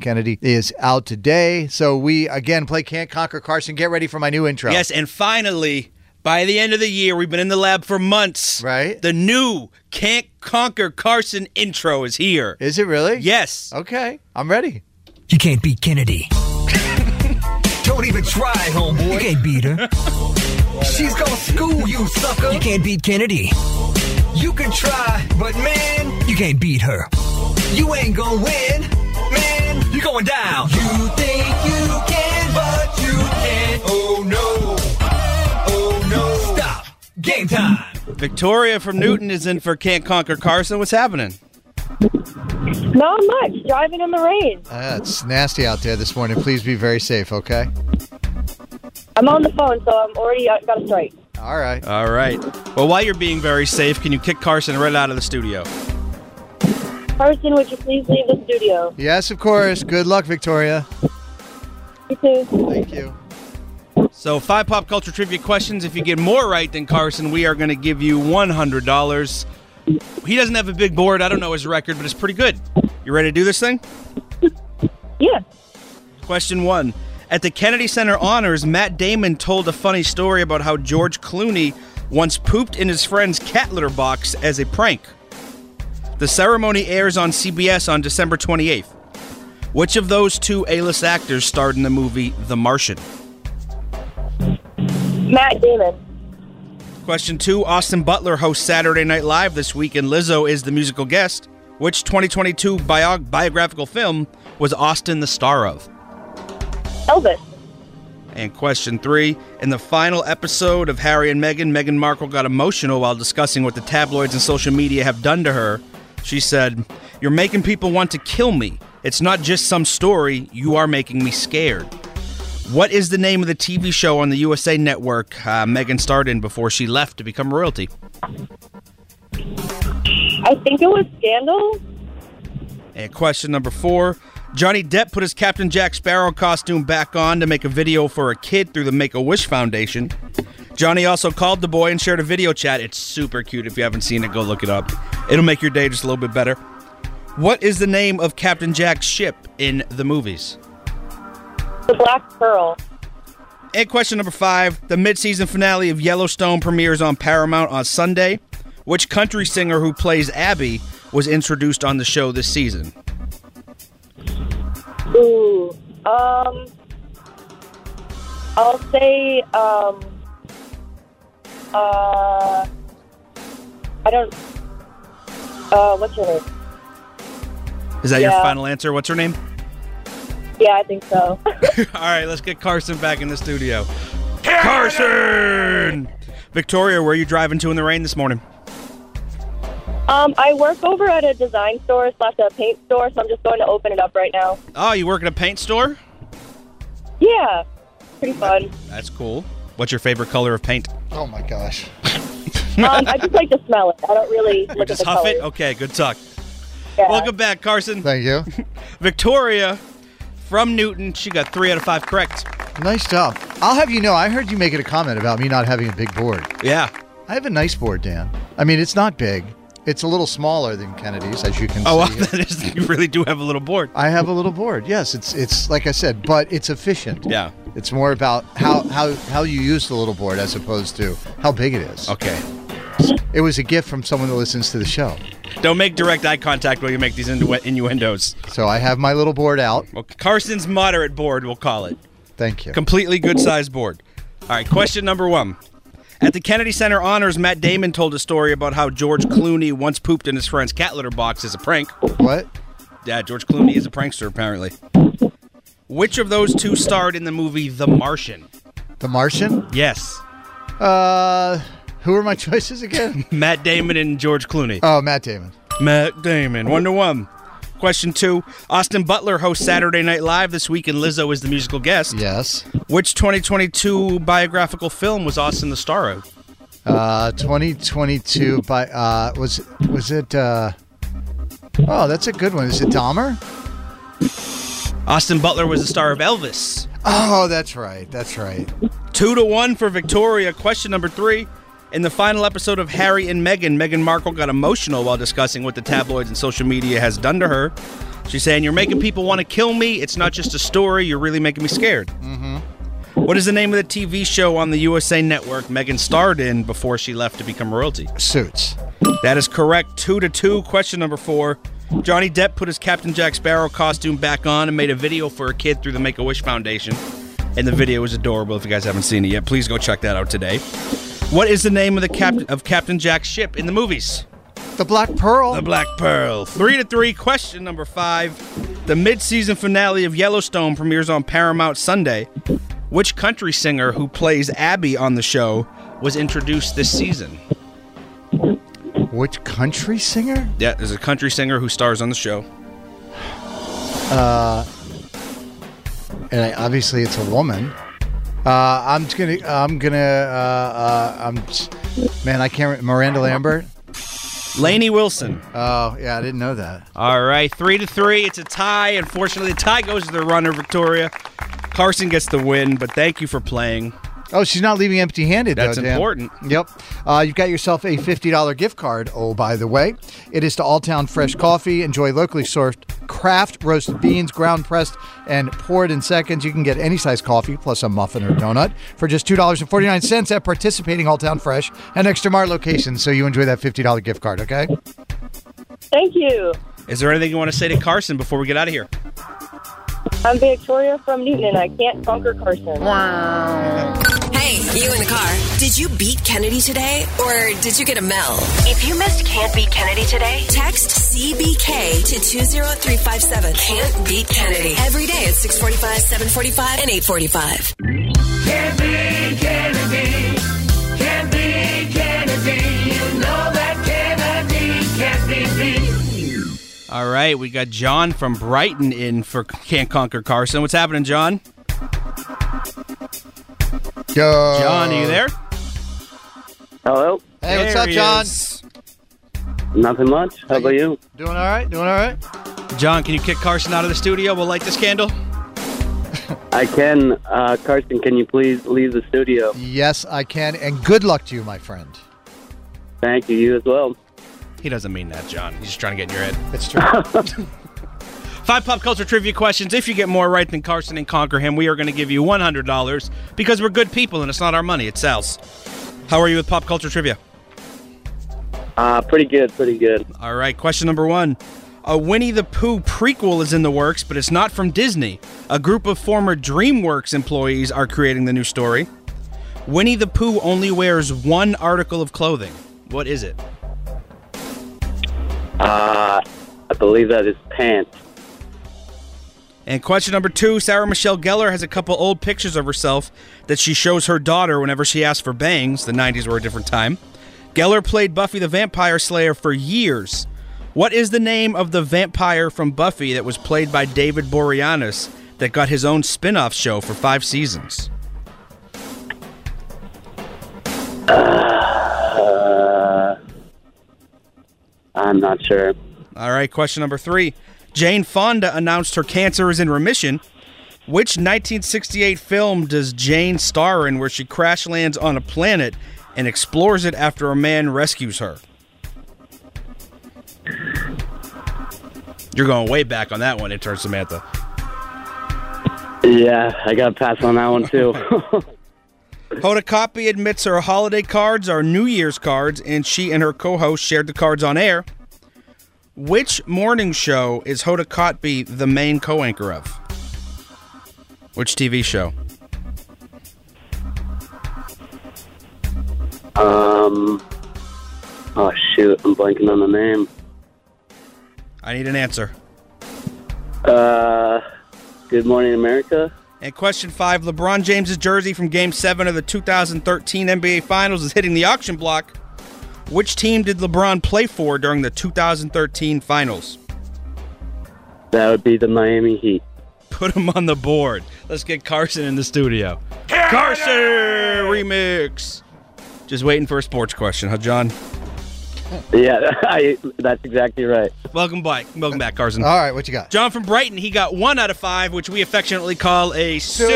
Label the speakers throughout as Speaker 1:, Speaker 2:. Speaker 1: Kennedy is out today. So we again play Can't Conquer Carson. Get ready for my new intro.
Speaker 2: Yes, and finally, by the end of the year, we've been in the lab for months.
Speaker 1: Right.
Speaker 2: The new Can't Conquer Carson intro is here.
Speaker 1: Is it really?
Speaker 2: Yes.
Speaker 1: Okay. I'm ready.
Speaker 3: You can't beat Kennedy. Don't even try, homeboy. You can't beat her. She's gonna school you, sucker. You can't beat Kennedy. You can try, but man, you can't beat her. You ain't gonna win, man. You're going down. You think you can, but you can't. Oh no. Oh no. Stop. Game time.
Speaker 2: Victoria from Newton is in for Can't Conquer Carson. What's happening?
Speaker 4: Not much. Driving in the rain.
Speaker 1: Uh, it's nasty out there this morning. Please be very safe, okay?
Speaker 4: I'm on the phone, so I'm already uh, got a strike.
Speaker 1: All right.
Speaker 2: All right. Well, while you're being very safe, can you kick Carson right out of the studio?
Speaker 4: Carson, would you please leave the studio?
Speaker 1: Yes, of course. Good luck, Victoria.
Speaker 4: You too.
Speaker 1: Thank you.
Speaker 2: So, five pop culture trivia questions. If you get more right than Carson, we are going to give you $100. He doesn't have a big board. I don't know his record, but it's pretty good. You ready to do this thing?
Speaker 4: Yeah.
Speaker 2: Question one. At the Kennedy Center Honors, Matt Damon told a funny story about how George Clooney once pooped in his friend's cat litter box as a prank. The ceremony airs on CBS on December 28th. Which of those two A list actors starred in the movie The Martian?
Speaker 4: Matt Damon.
Speaker 2: Question two Austin Butler hosts Saturday Night Live this week, and Lizzo is the musical guest. Which 2022 bio- biographical film was Austin the star of?
Speaker 4: Elvis.
Speaker 2: And question three In the final episode of Harry and Meghan, Meghan Markle got emotional while discussing what the tabloids and social media have done to her. She said, You're making people want to kill me. It's not just some story, you are making me scared. What is the name of the TV show on the USA Network uh, Megan starred in before she left to become royalty?
Speaker 4: I think it was Scandal.
Speaker 2: And question number four Johnny Depp put his Captain Jack Sparrow costume back on to make a video for a kid through the Make a Wish Foundation. Johnny also called the boy and shared a video chat. It's super cute. If you haven't seen it, go look it up. It'll make your day just a little bit better. What is the name of Captain Jack's ship in the movies?
Speaker 4: The Black Pearl.
Speaker 2: And question number five The mid season finale of Yellowstone premieres on Paramount on Sunday. Which country singer who plays Abby was introduced on the show this season?
Speaker 4: Ooh. Um. I'll say. Um. Uh. I don't. Uh. What's your name?
Speaker 2: Is that your
Speaker 4: Yeah.
Speaker 2: final answer? What's her name?
Speaker 4: Yeah, I think so.
Speaker 2: All right, let's get Carson back in the studio. Carson! Victoria, where are you driving to in the rain this morning?
Speaker 4: um. I work over at a design store slash a paint store, so I'm just going to open it up right now.
Speaker 2: Oh, you work at a paint store?
Speaker 4: Yeah. Pretty fun.
Speaker 2: That's cool. What's your favorite color of paint?
Speaker 1: Oh my gosh.
Speaker 4: Um, I just like to smell it. I don't really look
Speaker 2: Just
Speaker 4: at the
Speaker 2: huff
Speaker 4: colors.
Speaker 2: it? Okay, good talk.
Speaker 4: Yeah.
Speaker 2: Welcome back, Carson.
Speaker 1: Thank you.
Speaker 2: Victoria from Newton, she got three out of five correct.
Speaker 1: Nice job. I'll have you know, I heard you making a comment about me not having a big board.
Speaker 2: Yeah.
Speaker 1: I have a nice board, Dan. I mean, it's not big. It's a little smaller than Kennedy's, as you can
Speaker 2: Oh, well,
Speaker 1: see.
Speaker 2: that is, you really do have a little board.
Speaker 1: I have a little board. Yes, it's it's like I said, but it's efficient.
Speaker 2: Yeah.
Speaker 1: It's more about how how how you use the little board as opposed to how big it is.
Speaker 2: Okay.
Speaker 1: It was a gift from someone that listens to the show.
Speaker 2: Don't make direct eye contact while you make these innu- innuendos.
Speaker 1: So I have my little board out.
Speaker 2: Well, Carson's moderate board, we'll call it.
Speaker 1: Thank you.
Speaker 2: Completely good sized board. All right, question number one. At the Kennedy Center Honors, Matt Damon told a story about how George Clooney once pooped in his friend's cat litter box as a prank.
Speaker 1: what?
Speaker 2: Yeah, George Clooney is a prankster, apparently. Which of those two starred in the movie The Martian?
Speaker 1: The Martian?
Speaker 2: Yes,
Speaker 1: Uh who are my choices again?
Speaker 2: Matt Damon and George Clooney.
Speaker 1: oh, Matt Damon.
Speaker 2: Matt Damon, one to one. Question two Austin Butler hosts Saturday Night Live this week, and Lizzo is the musical guest.
Speaker 1: Yes.
Speaker 2: Which 2022 biographical film was Austin the star of?
Speaker 1: Uh 2022 by uh was was it uh Oh, that's a good one. Is it Dahmer?
Speaker 2: Austin Butler was the star of Elvis.
Speaker 1: Oh, that's right. That's right.
Speaker 2: Two to one for Victoria. Question number three. In the final episode of Harry and Meghan, Meghan Markle got emotional while discussing what the tabloids and social media has done to her. She's saying, You're making people want to kill me. It's not just a story. You're really making me scared. What is the name of the TV show on the USA Network Megan starred in before she left to become royalty?
Speaker 1: Suits.
Speaker 2: That is correct. Two to two. Question number four. Johnny Depp put his Captain Jack Sparrow costume back on and made a video for a kid through the Make a Wish Foundation. And the video is adorable. If you guys haven't seen it yet, please go check that out today. What is the name of the captain of Captain Jack's ship in the movies?
Speaker 1: The Black Pearl.
Speaker 2: The Black Pearl. Three to three. Question number five. The mid-season finale of Yellowstone premieres on Paramount Sunday. Which country singer who plays Abby on the show was introduced this season?
Speaker 1: Which country singer?
Speaker 2: Yeah, there's a country singer who stars on the show.
Speaker 1: And I, obviously, it's a woman. Uh, I'm just gonna. I'm gonna. Uh, uh, I'm. s- Man, I can't. re- Miranda Lambert.
Speaker 2: Lainey Wilson.
Speaker 1: Oh, yeah, I didn't know that.
Speaker 2: All right, three to three. It's a tie. Unfortunately, the tie goes to the runner, Victoria. Carson gets the win, but thank you for playing.
Speaker 1: Oh, she's not leaving empty-handed.
Speaker 2: That's
Speaker 1: though, Dan.
Speaker 2: important.
Speaker 1: Yep. Uh, you've got yourself a $50 gift card. Oh, by the way, it is to Alltown Fresh Coffee. Enjoy locally sourced craft roasted beans, ground pressed and poured in seconds. You can get any size coffee plus a muffin or donut for just $2.49 at participating Alltown Fresh and Extra Mart locations. So you enjoy that $50 gift card, okay?
Speaker 4: Thank you.
Speaker 2: Is there anything you want to say to Carson before we get out of here?
Speaker 4: I'm Victoria from Newton, and I can't conquer Carson.
Speaker 5: Hey, you in the car. Did you beat Kennedy today or did you get a Mel? If you missed Can't Beat Kennedy today, text CBK to 20357. Can't Beat Kennedy. Every day at 645, 745, and 845.
Speaker 2: All right, we got John from Brighton in for Can't Conquer Carson. What's happening, John?
Speaker 1: Yo.
Speaker 2: John, are you there?
Speaker 6: Hello.
Speaker 1: Hey, what's
Speaker 2: There
Speaker 1: up,
Speaker 2: he
Speaker 1: John?
Speaker 2: is.
Speaker 6: Nothing much. How about you?
Speaker 1: Doing all right? Doing all right?
Speaker 2: John, can you kick Carson out of the studio? We'll light this candle.
Speaker 6: I can. Uh, Carson, can you please leave the studio?
Speaker 1: Yes, I can. And good luck to you, my friend.
Speaker 6: Thank you. You as well.
Speaker 2: He doesn't mean that, John. He's just trying to get in your head.
Speaker 1: It's true.
Speaker 2: Five pop culture trivia questions. If you get more right than Carson and conquer him, we are going to give you $100 because we're good people and it's not our money, it's Sal's. How are you with pop culture trivia?
Speaker 6: Uh, pretty good. Pretty good.
Speaker 2: All right, question number one. A Winnie the Pooh prequel is in the works, but it's not from Disney. A group of former DreamWorks employees are creating the new story. Winnie the Pooh only wears one article of clothing. What is it?
Speaker 6: Uh, I believe that is pants.
Speaker 2: And question number two Sarah Michelle Gellar has a couple old pictures of herself that she shows her daughter whenever she asks for bangs. The 90s were a different time. Gellar played Buffy the Vampire Slayer for years. What is the name of the vampire from Buffy that was played by David Boreanaz that got his own spin off show for five seasons?
Speaker 6: I'm not sure.
Speaker 2: All right, question number three. Jane Fonda announced her cancer is in remission. Which 1968 film does Jane star in where she crash lands on a planet and explores it after a man rescues her? You're going way back on that one, intern Samantha.
Speaker 6: Yeah, I got to pass on that one too.
Speaker 2: Hoda Kotb admits her holiday cards are New Year's cards, and she and her co-host shared the cards on air. Which morning show is Hoda Kotb the main co-anchor of? Which TV show?
Speaker 6: um. Oh shoot, I'm blanking on the name.
Speaker 2: I need an answer.
Speaker 6: Uh, Good Morning America.
Speaker 2: And question five: LeBron James's jersey from Game Seven of the 2013 NBA Finals is hitting the auction block. Which team did LeBron play for during the 2013 Finals?
Speaker 6: That would be the Miami Heat.
Speaker 2: Put him on the board. Let's get Carson in the studio. Carson remix. Just waiting for a sports question, huh, John?
Speaker 6: Yeah, I, that's exactly right.
Speaker 2: Welcome back. Welcome back, Carson.
Speaker 1: all right, what you got?
Speaker 2: John from Brighton, he got one out of five, which we affectionately call a suit.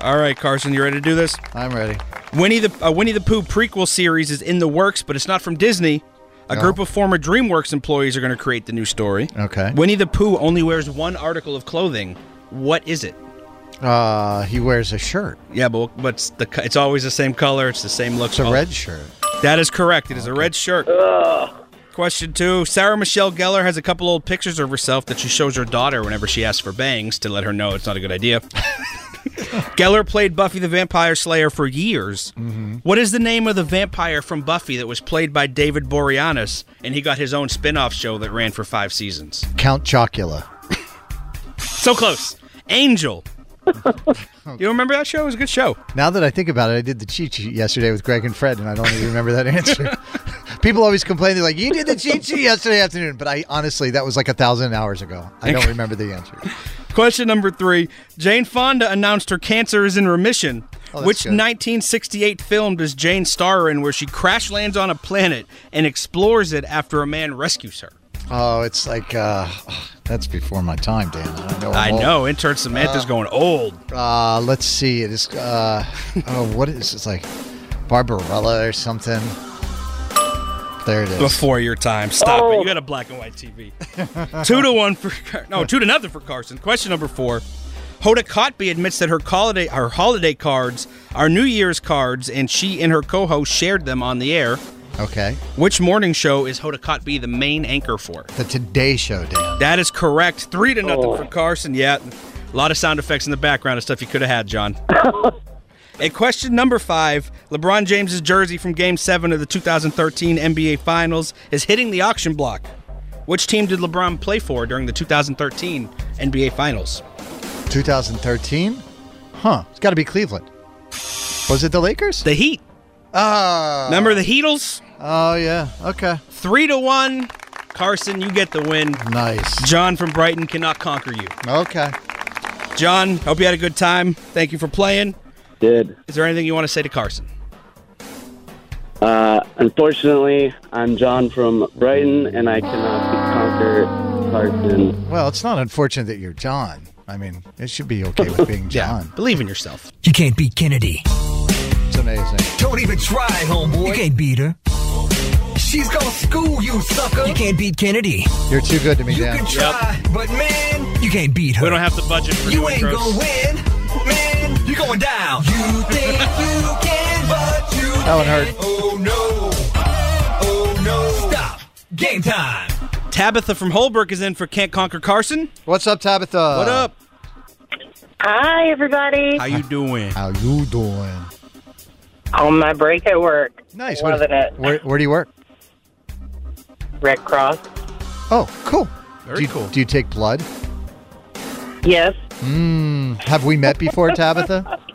Speaker 2: All right, Carson, you ready to do this?
Speaker 1: I'm ready.
Speaker 2: Winnie the uh, Winnie the Pooh prequel series is in the works, but it's not from Disney. A group of former DreamWorks employees are going to create the new story.
Speaker 1: Okay.
Speaker 2: Winnie the Pooh only wears one article of clothing. What is it?
Speaker 1: Uh, he wears a shirt.
Speaker 2: Yeah, but but it's the co- it's always the same color. It's the same look.
Speaker 1: It's a
Speaker 2: all-
Speaker 1: red shirt.
Speaker 2: That is correct. It is a red shirt. Question two: Sarah Michelle Gellar has a couple old pictures of herself that she shows her daughter whenever she asks for bangs to let her know it's not a good idea. Geller played Buffy the Vampire Slayer for years. What is the name of the vampire from Buffy that was played by David Boreanaz and he got his own spin-off show that ran for five seasons?
Speaker 1: Count Chocula.
Speaker 2: So close. Angel. you remember that show? It was a good show.
Speaker 1: Now that I think about it, I did the cheat sheet yesterday with Greg and Fred, and I don't even remember that answer. People always complain. They're like, "You did the cheat sheet yesterday afternoon," but I honestly, that was like a thousand hours ago. I don't remember the answer.
Speaker 2: Question number three Jane Fonda announced her cancer is in remission.
Speaker 1: Oh, that's
Speaker 2: Which
Speaker 1: good.
Speaker 2: 1968 film does Jane star in where she crash lands on a planet and explores it after a man rescues her?
Speaker 1: Oh, it's like uh, that's before my time, Dan. I know.
Speaker 2: I
Speaker 1: I'm old.
Speaker 2: know, intern
Speaker 1: Oh.
Speaker 2: Samantha's going old.
Speaker 1: Uh, let's see. It is. Uh, oh, what is it's like Barbarella or something? There it is.
Speaker 2: Before your time. Stop
Speaker 1: Oh.
Speaker 2: it. You got a black and white TV. two to one for Car- no, two to nothing for Carson. Question number four. Hoda Kotb admits that her holiday her holiday cards are New Year's cards, and she and her co-host shared them on the air.
Speaker 1: Okay.
Speaker 2: Which morning show is Hoda Kotb the main anchor for?
Speaker 1: The Today Show, Dan.
Speaker 2: That is correct. Three to nothing for Carson. Yeah, a lot of sound effects in the background and stuff you could have had, John. And question number five LeBron James's jersey from Game 7 of the 2013 NBA Finals is hitting the auction block. Which team did LeBron play for during the 2013 NBA Finals?
Speaker 1: 2013. Huh. It's got to be Cleveland. Was it the Lakers?
Speaker 2: The Heat.
Speaker 1: Ah.
Speaker 2: Remember the Heatles?
Speaker 1: Oh yeah. Okay.
Speaker 2: Three to one. Carson, you get the win.
Speaker 1: Nice.
Speaker 2: John from Brighton cannot conquer you.
Speaker 1: Okay.
Speaker 2: John, hope you had a good time. Thank you for playing.
Speaker 6: Did.
Speaker 2: Is there anything you want to say to Carson?
Speaker 6: Uh, unfortunately, I'm John from Brighton, and I cannot conquer Carson.
Speaker 1: Well, it's not unfortunate that you're John. I mean, it should be okay with being John.
Speaker 2: Believe in yourself.
Speaker 3: You can't beat Kennedy.
Speaker 1: It's amazing.
Speaker 3: Don't even try, homeboy. You can't beat her.
Speaker 7: She's gonna school you, sucker.
Speaker 3: You can't beat Kennedy.
Speaker 1: You're too good to me,
Speaker 7: You
Speaker 1: Dan.
Speaker 7: can try, but man,
Speaker 3: You can't beat her.
Speaker 2: We don't have the budget for
Speaker 7: you
Speaker 2: new
Speaker 7: ain't
Speaker 2: intros.
Speaker 7: gonna win. Man, you're going down. You think you can, but you
Speaker 1: That one hurt.
Speaker 7: Oh no. Oh no. Stop. Game time.
Speaker 2: Tabitha from Holbrook is in for Can't Conquer Carson.
Speaker 1: What's up, Tabitha?
Speaker 2: What up?
Speaker 4: Hi, everybody.
Speaker 2: How you doing?
Speaker 1: How you doing?
Speaker 4: On my break at work.
Speaker 1: Nice. What-
Speaker 4: Loving it.
Speaker 1: Where, where do you work?
Speaker 4: Red Cross.
Speaker 1: Oh, cool.
Speaker 2: Very
Speaker 1: do you,
Speaker 2: cool.
Speaker 1: Do you take blood? Hmm.
Speaker 4: Yes.
Speaker 1: Have we met before, Tabitha?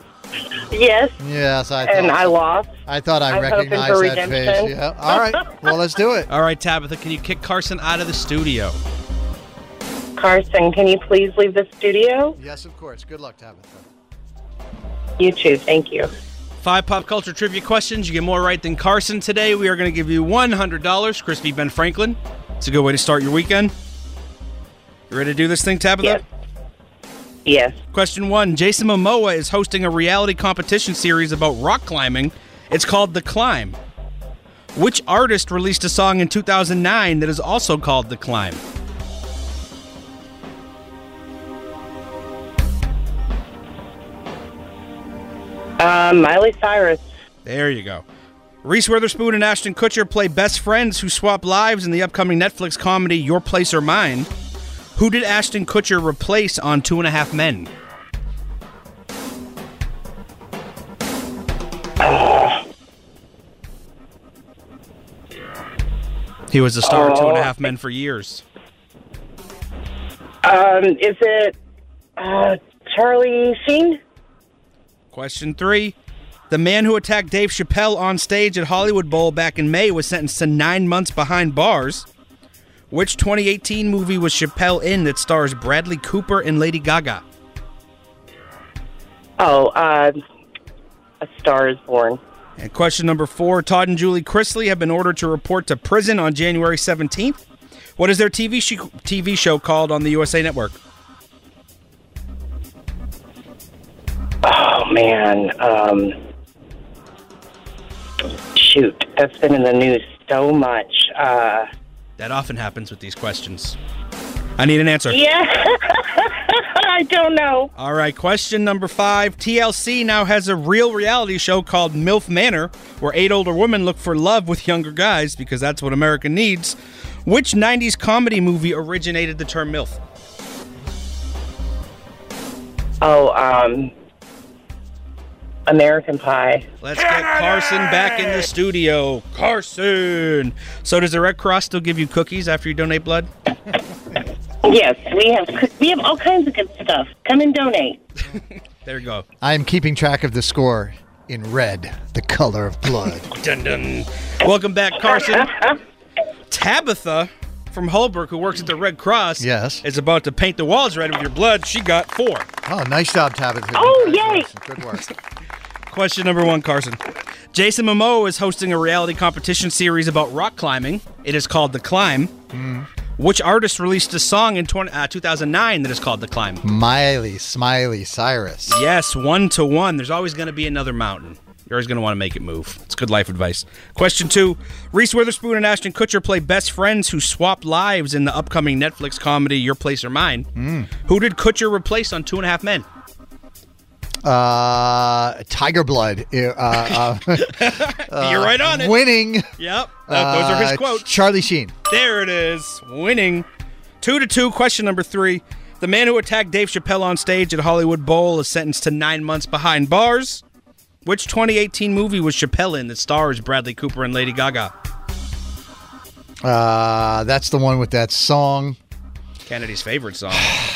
Speaker 4: Yes.
Speaker 1: Yes, I thought.
Speaker 4: And I lost.
Speaker 1: I thought I
Speaker 4: I'm hoping
Speaker 1: recognized
Speaker 4: for
Speaker 1: that face.
Speaker 4: redemption.
Speaker 1: Yeah. All right. Well, let's do it.
Speaker 2: All right, Tabitha, can you kick Carson out of the studio?
Speaker 4: Carson, can you please leave the studio?
Speaker 1: Yes, of course. Good luck, Tabitha.
Speaker 4: You too. Thank you.
Speaker 2: Five pop culture trivia questions. You get more right than Carson today. We are going to give you $100. Crispy Ben Franklin. It's a good way to start your weekend. You ready to do this thing, Tabitha?
Speaker 4: Yes. Yes.
Speaker 2: Question one Jason Momoa is hosting a reality competition series about rock climbing. It's called The Climb. Which artist released a song in 2009 that is also called The Climb?
Speaker 4: Um, Miley Cyrus.
Speaker 2: There you go. Reese Witherspoon and Ashton Kutcher play best friends who swap lives in the upcoming Netflix comedy Your Place or Mine. Who did Ashton Kutcher replace on Two and a Half Men? He was a star of Two and a Half Men for years.
Speaker 4: Um, is it uh, Charlie Sheen?
Speaker 2: Question three. The man who attacked Dave Chappelle on stage at Hollywood Bowl back in May was sentenced to nine months behind bars. Which 2018 movie was Chappelle in that stars Bradley Cooper and Lady Gaga?
Speaker 4: Oh, uh, A Star Is Born.
Speaker 2: And question number four Todd and Julie Chrisley have been ordered to report to prison on January 17th. What is their TV, sh- TV show called on the USA Network?
Speaker 4: Oh
Speaker 8: man. Um, shoot, that's been in the news so much. Uh,
Speaker 2: That often happens with these questions. I need an answer.
Speaker 8: yeah, I don't know.
Speaker 2: All right, question number five. TLC now has a real reality show called MILF Manor, where eight older women look for love with younger guys because that's what America needs. Which 90s comedy movie originated the term MILF?
Speaker 8: Oh, um, American Pie.
Speaker 2: Let's get Carson back in the studio. Carson! So, does the Red Cross still give you cookies after you donate blood?
Speaker 8: Yes, we have we have all kinds of good stuff. Come and donate.
Speaker 2: There you go.
Speaker 1: I am keeping track of the score in red, the color of blood.
Speaker 2: Dun dun. Welcome back, Carson. Tabitha from Holbrook, who works at the Red Cross,
Speaker 1: Yes.
Speaker 2: is about to paint the walls red with your blood. She got four.
Speaker 1: oh, nice job, Tabitha.
Speaker 8: Oh,
Speaker 1: Congratulations. Good work.
Speaker 2: Question number one, Carson. Jason Momoa is hosting a reality competition series about rock climbing. It is called The Climb.
Speaker 1: Mm.
Speaker 2: Which artist released a song in 20, uh, 2009 that is called The Climb?
Speaker 1: Mm. Miley, Smiley, Cyrus.
Speaker 2: Yes, one to one. There's always going to be another mountain. You're always going to want to make it move. It's good life advice. Question two Reese Witherspoon and Ashton Kutcher play best friends who swap lives in the upcoming Netflix comedy Your Place or Mine.
Speaker 1: Mm.
Speaker 2: Who did Kutcher replace on Two and a Half Men?
Speaker 1: Uh, Tiger Blood. uh, Uh, uh,
Speaker 2: You're right on it.
Speaker 1: winning.
Speaker 2: Yep. Uh, those are his
Speaker 1: Uh,
Speaker 2: quotes.
Speaker 1: Charlie Sheen.
Speaker 2: There it is. Winning. Two to two. Question number three. The man who attacked Dave Chappelle on stage at Hollywood Bowl is sentenced to nine months behind bars. Which 2018 movie was Chappelle in that stars Bradley Cooper and Lady Gaga?
Speaker 1: Uh, that's the one with that song.
Speaker 2: Kennedy's favorite song.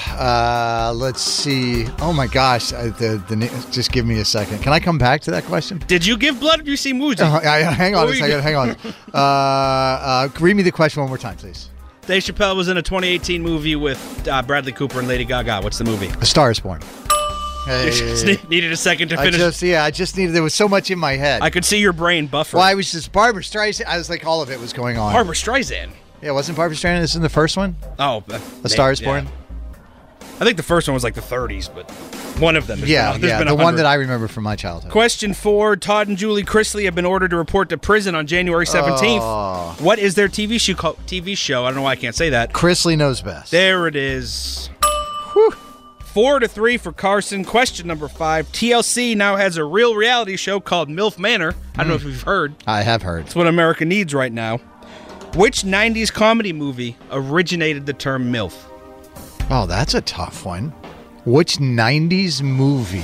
Speaker 1: Uh, let's see. Oh my gosh, I, the, the na- just give me a second. Can I come back to that question?
Speaker 2: Did you give blood or do you see Muji?
Speaker 1: Uh, I- I- hang on
Speaker 2: What
Speaker 1: a
Speaker 2: were you
Speaker 1: second. Hang on. Uh, uh, read me the question one more time, please.
Speaker 2: Dave Chappelle was in a 2018 movie with uh, Bradley Cooper and Lady Gaga. What's the movie?
Speaker 1: A Star Is Born.
Speaker 2: Just
Speaker 1: Hey,
Speaker 2: ne- needed a second to
Speaker 1: I
Speaker 2: finish. I,
Speaker 1: just yeah, I just needed. There was so much in my head.
Speaker 2: could see your brain buffer.
Speaker 1: well, I was just Barbara Streisand. I was like, all of it was going on.
Speaker 2: Barbara Streisand.
Speaker 1: Yeah, wasn't Barbara Streisand this in the first one?
Speaker 2: Oh, uh,
Speaker 1: A Star Is
Speaker 2: yeah.
Speaker 1: Born.
Speaker 2: I think the first one was like the 30s, but one of them. There's
Speaker 1: Yeah,
Speaker 2: been,
Speaker 1: yeah,
Speaker 2: there's been
Speaker 1: the one
Speaker 2: 100.
Speaker 1: that I remember from my childhood.
Speaker 2: Question four: Todd and Julie Chrisley have been ordered to report to prison on January 17th.
Speaker 1: Oh.
Speaker 2: What is their TV show? Called? TV show? I don't know why I can't say that.
Speaker 1: Chrisley knows best.
Speaker 2: There it is. Four to three for Carson. Question number five. TLC now has a real reality show called MILF Manor. I don't know
Speaker 1: Hmm.
Speaker 2: if you've heard.
Speaker 1: I have heard.
Speaker 2: It's what America needs right now. Which 90s comedy movie originated the term MILF?
Speaker 1: Oh, that's a tough one. Which '90s movie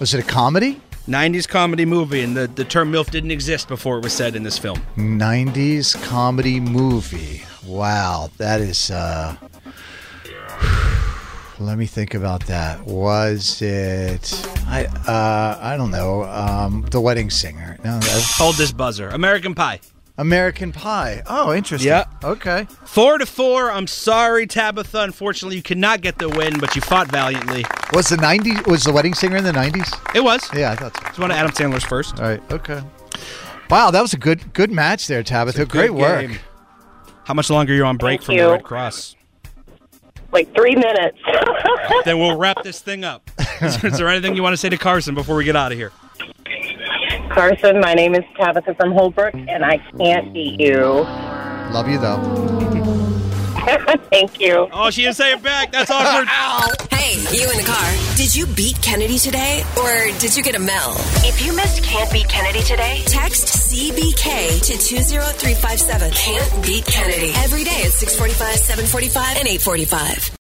Speaker 1: was it? A comedy?
Speaker 2: 90s comedy movie, and the, the term MILF didn't exist before it was said in this film.
Speaker 1: '90s comedy movie. Wow, that is. uh Let me think about that. Was it? I uh I don't know. Um The Wedding Singer. No, that-
Speaker 2: Hold this buzzer. American Pie.
Speaker 1: American Pie. Oh, interesting.
Speaker 2: Yeah.
Speaker 1: Okay.
Speaker 2: Four to four. I'm sorry, Tabitha. Unfortunately, you could not get the win, but you fought valiantly.
Speaker 1: Was the '90s? Was the Wedding Singer in the '90s?
Speaker 2: It was.
Speaker 1: Yeah, I thought so.
Speaker 2: It's one of Adam Sandler's first.
Speaker 1: All right. Okay. Wow, that was a good good match there, Tabitha. Great
Speaker 2: Good
Speaker 1: work.
Speaker 2: game. How much longer are you on break
Speaker 8: Thank
Speaker 2: from the
Speaker 8: you.
Speaker 2: Red Cross?
Speaker 8: Like three minutes.
Speaker 2: then we'll wrap this thing up. is, there- is there anything you want to say to Carson before we get out of here?
Speaker 8: Carson, my name is Tabitha from Holbrook, and I can't beat you.
Speaker 1: Love you though.
Speaker 8: Thank you.
Speaker 2: Oh, she didn't say it back. That's awkward.
Speaker 5: Hey, you in the car. Did you beat Kennedy today or did you get a Mel? If you missed Can't Beat Kennedy today, text CBK to 20357. Can't Beat Kennedy. Every day at 645, 745, and 845.